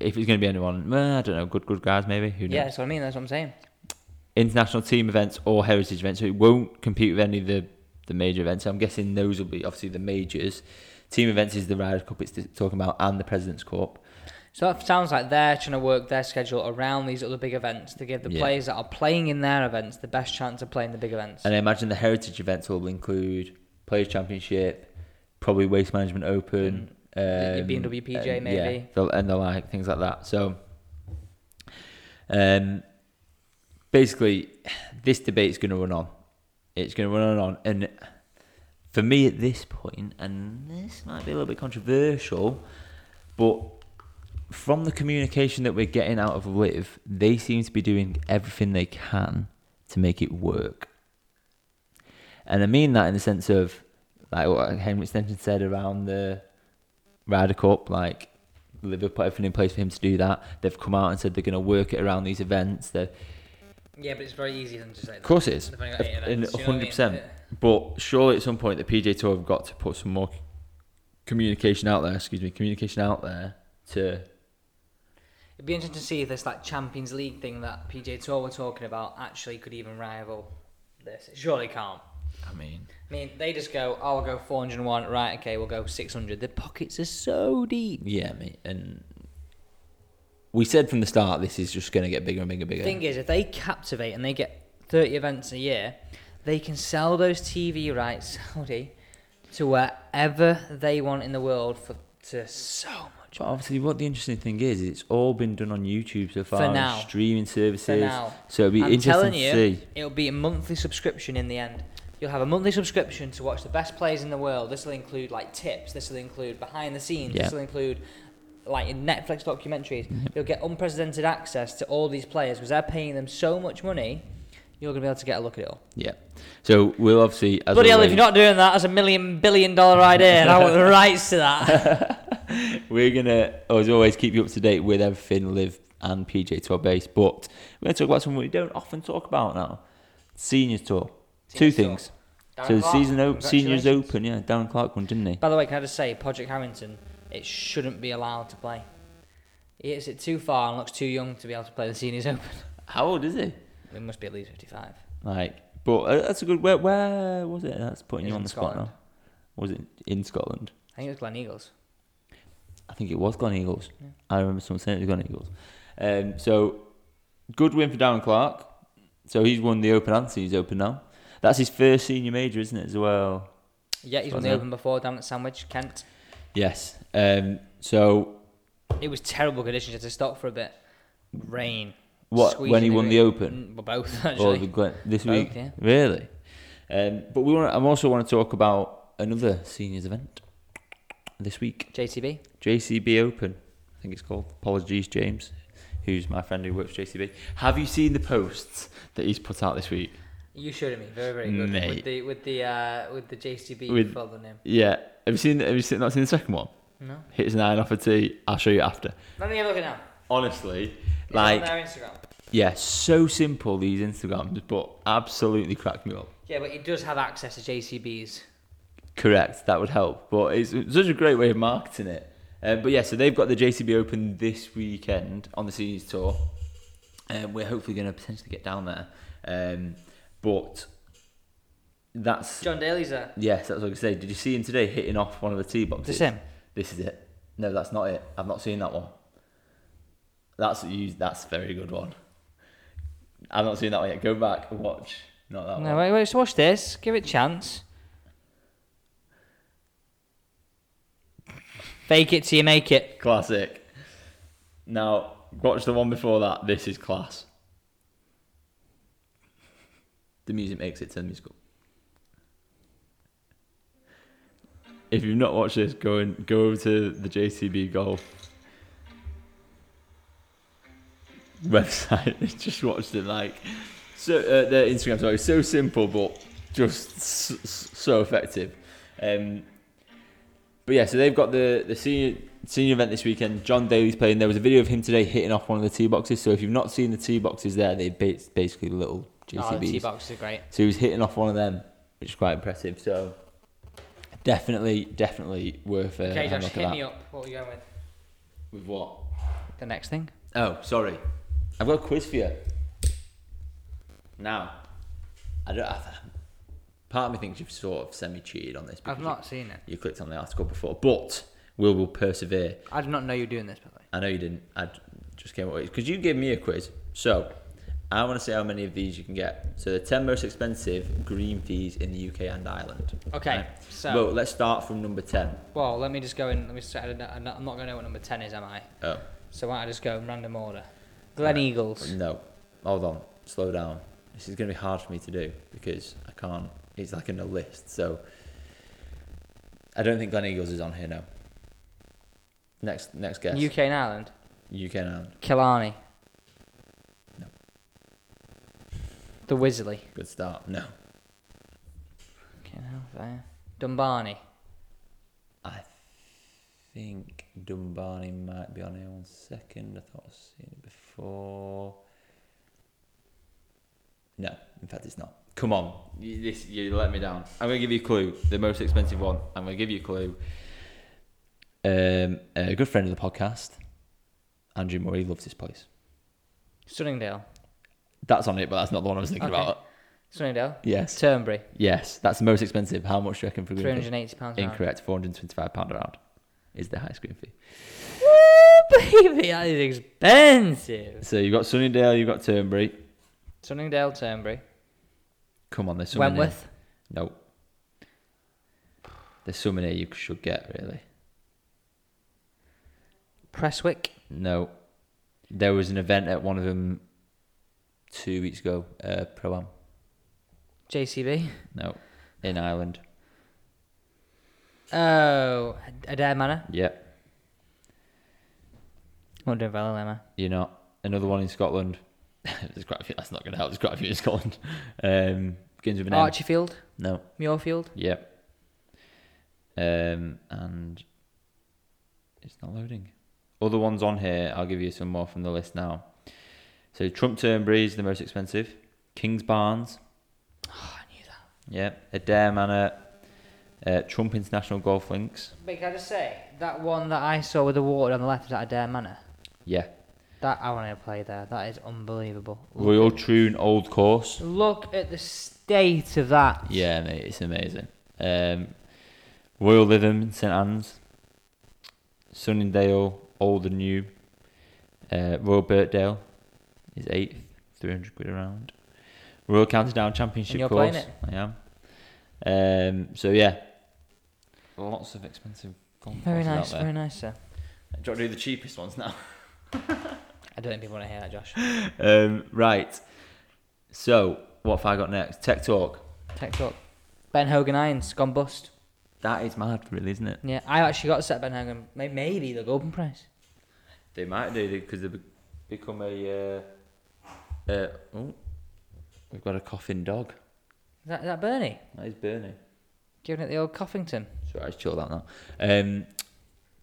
S2: if it's going to be anyone. well, I don't know. Good, good guys, maybe. Who knows?
S1: Yeah, that's what I mean. That's what I'm saying.
S2: International team events or heritage events. So it won't compete with any of the the major events. I'm guessing those will be obviously the majors. Team events is the Ryder Cup it's talking about and the President's Cup.
S1: So it sounds like they're trying to work their schedule around these other big events to give the
S2: Yeah.
S1: players that are playing in their events the best chance of playing the big events.
S2: And I imagine the heritage events will include Players Championship, probably Waste Management
S1: Mm.
S2: Open,
S1: The-
S2: um,
S1: BNWPJ
S2: and, yeah,
S1: maybe.
S2: the- and the like things like that. So, um, basically, this debate's going to run on. It's going to run on and on. And for me, at this point, and this might be a little bit controversial, but from the communication that we're getting out of Live, they seem to be doing everything they can to make it work. And I mean that in the sense of, like what Henry Stenson said around the Ryder Cup, like Liverpool put everything in place for him to do that. They've come out and said they're going to work it around these events. They're,
S1: yeah, but it's very easy than just like
S2: of course it is.
S1: They've only got eight
S2: In
S1: events, you know what I mean?
S2: 100%. But surely at some point the PJ Tour have got to put some more c- communication out there. Excuse me, communication out there to
S1: It'd be interesting to see if this like Champions League thing that PJ Tour were talking about actually could even rival this. It surely can't.
S2: I mean,
S1: I mean, they just go, oh, I'll go 401, right, okay, we'll go 600. Their pockets are so deep.
S2: yeah, mate. And we said from the start this is just going to get bigger and bigger and bigger.
S1: The thing is, if they captivate and they get 30 events a year, they can sell those TV rights, Saudi, to wherever they want in the world for to so much.
S2: but obviously, what the interesting thing is, is it's all been done on YouTube so far, and
S1: now.
S2: streaming services.
S1: now.
S2: So it'll be
S1: I'm
S2: interesting
S1: telling
S2: to
S1: you,
S2: see.
S1: it'll be a monthly subscription in the end. You'll have a monthly subscription to watch the best plays in the world. This will include like tips. This will include behind the scenes.
S2: Yeah.
S1: This will include like in Netflix documentaries. You'll get unprecedented access to all these players because they're paying them so much money. You're gonna be able to get a look at it all.
S2: Yeah. So we'll obviously. As
S1: Bloody hell! If
S2: always,
S1: you're not doing that, that's a million billion dollar idea, and I want the rights to that.
S2: We're gonna, as always, keep you up to date with everything live and PJ Tour base. But we're gonna talk about something we don't often talk about now: seniors tour. Two
S1: Seniors tour.
S2: things.
S1: Darren
S2: so the
S1: Clark,
S2: season op- seniors
S1: congratulations.
S2: open, yeah. Darren Clark won, didn't he?
S1: By the way, can I just say, Project Harrington, it shouldn't be allowed to play. He hits it too far and looks too young to be able to play the seniors open.
S2: How old is he?
S1: It must be at least 55.
S2: Like, but uh, that's a good. Where, where was it? That's putting
S1: It
S2: you
S1: was
S2: on
S1: in
S2: the spot
S1: Scotland.
S2: now. Was it in Scotland?
S1: I think it was Glen Eagles.
S2: I think it was Glen Eagles. I remember someone saying it was Glen Eagles. Um, so good win for Darren Clark. So he's won the Open and Seniors Open now. That's his first senior major, isn't it? As well.
S1: Yeah, he's won the
S2: Wasn't it?
S1: Open before down at Sandwich, Kent.
S2: Yes. Um, so
S1: It was terrible conditions. You had to stop for a bit. Rain.
S2: What,
S1: squeezing
S2: when he won the
S1: green.
S2: Open?
S1: Mm, Well, both,
S2: or
S1: actually.
S2: the Glen, this
S1: Both,
S2: week,
S1: yeah.
S2: really. Um, but we want. I also want to talk about another seniors event this week.
S1: JTB.
S2: JCB Open. I think it's called. Apologies, James, who's my friend who works JCB. Have you seen the posts that he's put out this week?
S1: You showed me. Very, very good.
S2: Mate.
S1: With the, with the, uh, with the JCB
S2: With-
S1: following him.
S2: Yeah. Have you seen? Have you seen, not seen the second one?
S1: No.
S2: Hits nine off a tee. I'll show you after.
S1: Let me have a look at now.
S2: Honestly,
S1: It's
S2: like
S1: on their Instagram.
S2: yeah, so simple these Instagrams, but absolutely cracked me up.
S1: Yeah, but he does have access to JCBs.
S2: Correct, that would help. But it's such a great way of marketing it. Um, but yeah, so they've got the JCB Open this weekend on the seniors tour. Um, we're hopefully going to potentially get down there. Um, but that's
S1: John Daly's there.
S2: yes, that's what I was gonna say. Did you see him today hitting off one of the tee
S1: This
S2: boxes?
S1: him?
S2: This is it. No, that's not it. I've not seen that one. That's you. That's a very good one. I've not seen that one yet. Go back and watch. Not that
S1: No,
S2: one.
S1: wait, wait, so watch this. Give it a chance. Fake it till you make it.
S2: Classic. Now watch the one before that. This is class. The music makes it to the musical. If you've not watched this, go and go over to the JCB Golf website and just watched it. Like, so uh, their Instagram story so simple but just s- s- so effective. Um, but yeah, so they've got the the senior senior event this weekend. John Daly's playing. There was a video of him today hitting off one of the tee boxes. So if you've not seen the tee boxes there, they're ba- basically little
S1: Oh, the tee
S2: JCBs.
S1: boxes are great.
S2: so he was hitting off one of them, which is quite impressive. So definitely, definitely worth uh,
S1: Okay,
S2: having a
S1: Josh,
S2: look
S1: hit
S2: at
S1: me
S2: that.
S1: up. What are we going with?
S2: With what?
S1: The next thing.
S2: Oh, sorry. I've got a quiz for you. Now, I don't. I, part of me thinks you've sort of semi cheated on this. because
S1: I've not seen it.
S2: You, you clicked on the article before, but we will persevere.
S1: I did not know you were doing this, by the way.
S2: I know you didn't. I just came up with because you gave me a quiz. So I want to see how many of these you can get. So the ten most expensive green fees in the UK and Ireland.
S1: Okay,
S2: Right?
S1: so-
S2: well, let's start from number ten.
S1: Well, let me just go in. Let me. Start, I don't know- I'm not going to know what number 10 is, am I?
S2: Oh
S1: So why don't I just go in random order? Glen Eagles.
S2: no, hold on, slow down. This is going to be hard for me to do because I can't. It's like in a list, so I don't think Glen Eagles is on here now. Next, next guess.
S1: UK and Ireland.
S2: UK and Ireland.
S1: Killarney.
S2: No.
S1: The Wisley.
S2: Good start. No,
S1: Okay, now there. Dumbarney.
S2: I think Dumbarney might be on here one second. I thought I've seen it before. No, in fact, it's not. Come on, You, this, you let me down. I'm going to give you a clue. The most expensive one. I'm going to give you a clue. Um, a good friend of the podcast, Andrew Murray, loves this place.
S1: Sunningdale.
S2: That's on it, but that's not the one I was thinking
S1: Okay.
S2: about.
S1: Sunningdale.
S2: Yes.
S1: Turnberry.
S2: Yes. That's the most expensive. How much do you reckon for a
S1: Three
S2: green
S1: hundred
S2: fee?
S1: and eighty pounds.
S2: Incorrect. £425 around is the highest green fee.
S1: Baby, that is expensive.
S2: So you've got Sunnydale, you've got Turnberry.
S1: Sunningdale, Turnberry,
S2: Come on, there's someone here.
S1: Wentworth.
S2: Nope. There's someone here you should get, really.
S1: Presswick.
S2: No. There was an event at one of them two weeks ago, uh, Pro Am.
S1: JCB.
S2: No. In Ireland.
S1: Oh, Adair Manor.
S2: Yep.
S1: Won't do well, am I?
S2: You're not. Another one in Scotland. There's quite a few. That's not going to help. There's quite a few in Scotland. Um, begins with an M.
S1: Archerfield,
S2: No.
S1: Muirfield.
S2: Yep. Um, and it's not loading. Other ones on here, I'll give you some more from the list now. So Trump Turnberry is the most expensive. King's Barnes.
S1: Oh, I knew that.
S2: Yep. Adair Manor. Uh, Trump International Golf Links.
S1: But can I just say that one that I saw with the water on the left is at Adair Manor.
S2: Yeah.
S1: That I want to play there. That is unbelievable.
S2: Royal Troon Old Course.
S1: Look at the state of that.
S2: Yeah, mate, it's amazing. Um, Royal Lytham, St Anne's, Sunningdale, Old and New, uh, Royal Birkdale is eighth, three hundred quid around. Royal County Down Championship
S1: you're
S2: course.
S1: playing it?
S2: I am. Um, so yeah, lots of expensive. golf
S1: Very
S2: courses out
S1: nice,
S2: there.
S1: very nice, sir.
S2: Do you want to do the cheapest ones now?
S1: I don't think people want to hear that, Josh.
S2: um, right. So what have I got next? Tech talk.
S1: Tech talk. Ben Hogan Irons gone bust.
S2: That is mad, really, isn't it?
S1: Yeah, I actually got a set of Ben Hogan. May- Maybe the golden prize.
S2: They might do because they be- become a. Uh, uh, oh, we've got a coughing dog.
S1: Is that, is that Bernie
S2: That is Bernie.
S1: giving it the old Coffington?
S2: So I just chilled out now. Um,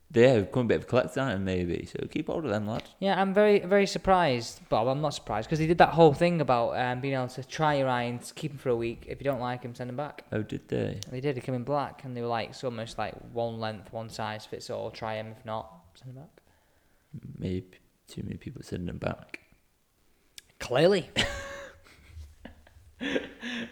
S2: they have become a bit of a collector, aren't they, maybe? So keep hold of them, lad.
S1: Yeah, I'm very, very surprised. Well, I'm not surprised because he did that whole thing about um, being able to try your irons, keep them for a week. If you don't like them, send them back.
S2: Oh, did they?
S1: And they did. They came in black, and they were like, it's almost like one length, one size fits all. Try them. If not, send them back.
S2: Maybe too many people sending them back.
S1: Clearly.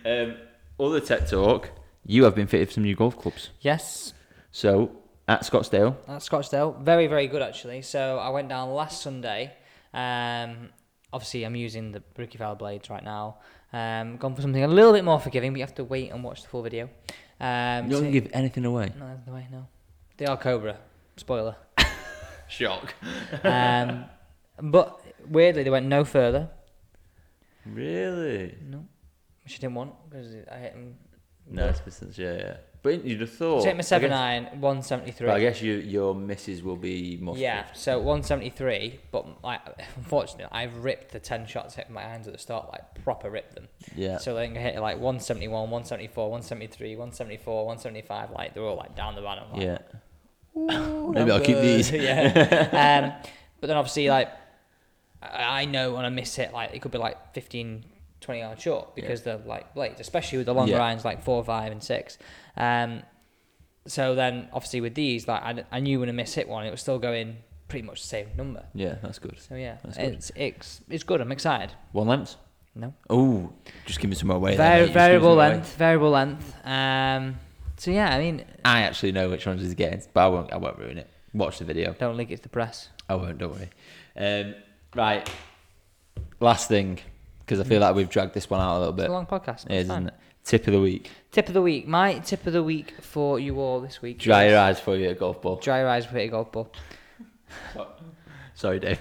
S2: Um, other tech talk. You have been fitted for some new golf clubs.
S1: yes.
S2: So at Scottsdale,
S1: That's Scottsdale. Very, very good actually. So I went down last Sunday. Um, obviously, I'm using the Rookie Fowler blades right now. Um, gone for something a little bit more forgiving, but you have to wait and watch the full video. Um,
S2: you don't
S1: to-
S2: give anything away.
S1: No, there's no way, no. They are Cobra. Spoiler.
S2: Shock.
S1: Um, but weirdly, they went no further.
S2: Really?
S1: No, which I didn't want because I hit them.
S2: No, it's business. Yeah, yeah. But you'd have thought.
S1: Take my
S2: I
S1: seven
S2: guess-
S1: iron, one seventy three.
S2: But I guess you, your missus will be more.
S1: Yeah, so 173, but like, unfortunately, I've ripped the 10 shots hit my hands at the start, like proper ripped them.
S2: Yeah.
S1: So I think I hit like 171, 174, 173, 174, 175, like they're all like down the run. I'm like,
S2: yeah. Maybe I'll keep these.
S1: yeah. um, but then obviously, like, I I know when I miss it, like, it could be like 15, 20 yards short because they're like blades, especially with the longer
S2: Yeah.
S1: irons like four, five, and six. Um, so then obviously with these, like, I, I knew when I miss hit one, it was still going pretty much the same number.
S2: Yeah, that's good.
S1: So yeah,
S2: That's good.
S1: it's, it's it's good. I'm excited.
S2: One length.
S1: No,
S2: Oh, just give me some more weight. then,
S1: Vari-
S2: mate. Just give me
S1: variable
S2: some more weight.
S1: length, variable length. Um, so yeah, I mean,
S2: I actually know which ones he's getting, but I won't. I won't ruin it. Watch the video.
S1: don't leak it to the press.
S2: I won't. Don't worry. Um, right. Last thing, because I feel like we've dragged this one out a little
S1: It's
S2: bit.
S1: a long podcast.
S2: It is,
S1: it's fine.
S2: isn't it? Tip of the week.
S1: Tip of the week. My tip of the week for you all this week.
S2: Dry
S1: is
S2: your eyes for you at golf ball.
S1: Dry your eyes with a golf ball.
S2: Sorry, Dave.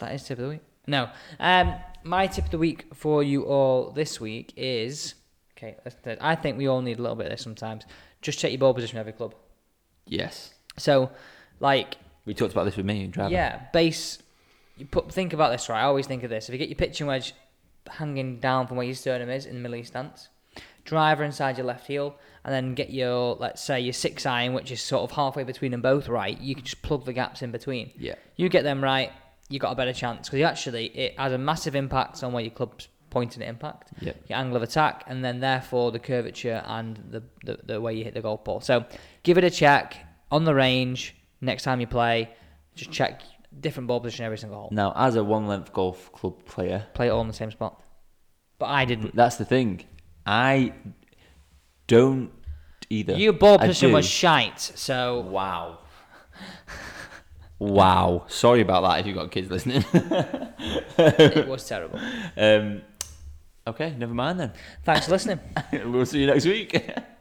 S1: That is tip of the week. No. Um, my tip of the week for you all this week is okay. let's- I think we all need a little bit of this sometimes. Just check your ball position every club.
S2: Yes.
S1: So, like,
S2: We talked about this with me and driving.
S1: Yeah, base. You put think about this, right? I always think of this. If you get your pitching wedge hanging down from where your sternum is in the middle of your stance, driver inside your left heel, and then get your let's say your six iron, which is sort of halfway between them both, right? You can just plug the gaps in between.
S2: Yeah.
S1: You get them right, you got a better chance because actually it has a massive impact on where your club's pointing at impact,
S2: Yep.
S1: your angle of attack, and then therefore the curvature and the, the, the way you hit the golf ball. So give it a check on the range next time you play. Just check different ball position every single hole.
S2: Now, as a one length golf club player,
S1: Play it all in the same spot. But I didn't.
S2: that's the thing. I don't either.
S1: Your ball
S2: I
S1: position
S2: do.
S1: was shite, so
S2: Wow. wow. Sorry about that if you've got kids listening.
S1: it was terrible.
S2: um, okay, never mind then.
S1: Thanks for listening.
S2: we'll see you next week.